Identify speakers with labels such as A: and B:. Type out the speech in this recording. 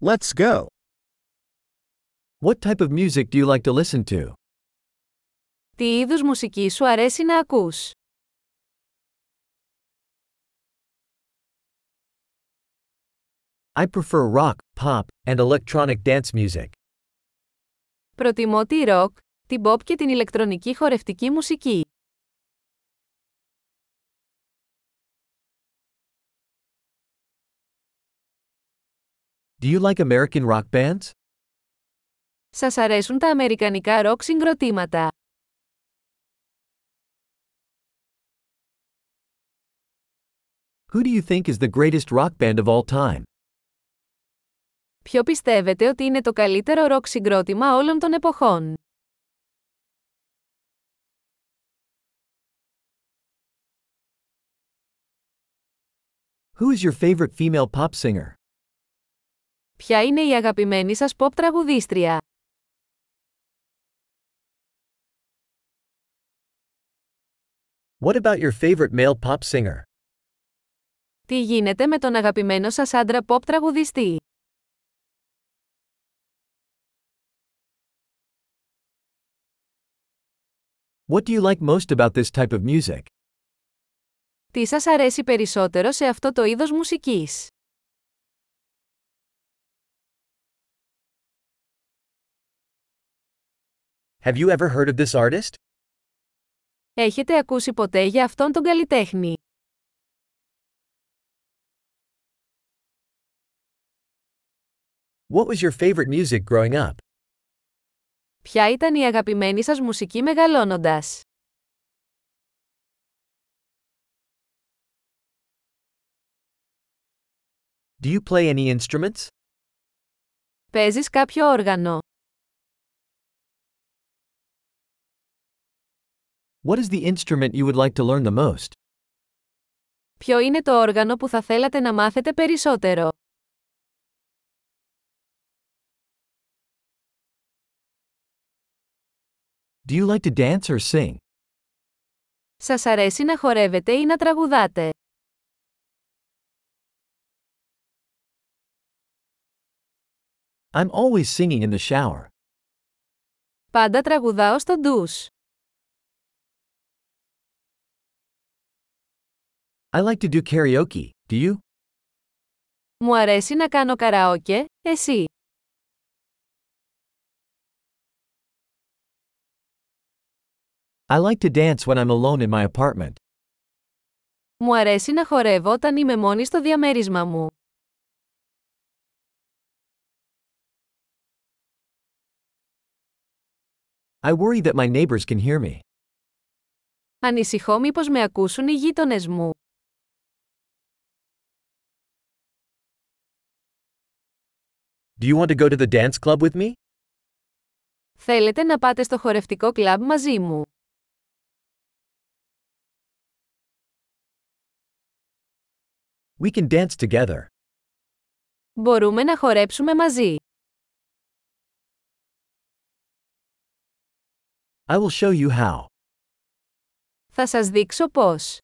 A: Let's go.
B: What type of music do you like to listen to?
C: Τι είδους μουσική σου αρέσει να ακούς?
B: I prefer rock, pop, and electronic dance music.
C: Προτιμώ τη ροκ, την pop και την ηλεκτρονική χορευτική μουσική.
B: Do you like American rock bands?
C: Σας αρέσουν τα αμερικανικά ροκ συγκροτήματα.
B: Who do you think is the greatest rock band of all time?
C: Ποιο πιστεύετε ότι είναι το καλύτερο ροκ συγκρότημα όλων των εποχών.
B: Who is your favorite female pop singer?
C: Ποια είναι η αγαπημένη σας pop τραγουδίστρια.
B: What about your favorite male pop singer?
C: Τι γίνεται με τον αγαπημένο σας άντρα pop τραγουδιστή.
B: What do you like most about this type of music?
C: Τι σας αρέσει περισσότερο σε αυτό το είδος μουσικής.
B: Have you ever heard of this artist?
C: Έχετε ακούσει ποτέ για αυτόν τον καλλιτέχνη.
B: What was your favorite music growing up?
C: Ποια ήταν η αγαπημένη σας μουσική μεγαλώνοντας.
B: Do you play any instruments?
C: Παίζεις κάποιο όργανο.
B: What is the instrument you would like to learn the most?
C: Ποιο είναι το όργανο που θα θέλατε να μάθετε περισσότερο.
B: Do you like to dance or sing?
C: Σας αρέσει να χορεύετε ή να τραγουδάτε.
B: I'm always singing in the shower.
C: Πάντα τραγουδάω στο ντους.
B: I like to do karaoke, do you?
C: Μου αρέσει να κάνω καραόκε, εσύ.
B: I like to dance when I'm alone in my apartment.
C: Μου αρέσει να χορεύω όταν είμαι μόνη στο διαμέρισμα μου.
B: I worry that my neighbors can hear me.
C: Ανησυχώ μήπως με ακούσουν οι γείτονες μου.
B: Do you want to go to the dance club with me?
C: Θέλετε να πάτε στο χορευτικό κλαμπ μαζί μου.
B: We can dance together.
C: Μπορούμε να χορέψουμε μαζί.
B: I will show you how.
C: Θα σας δείξω πώς.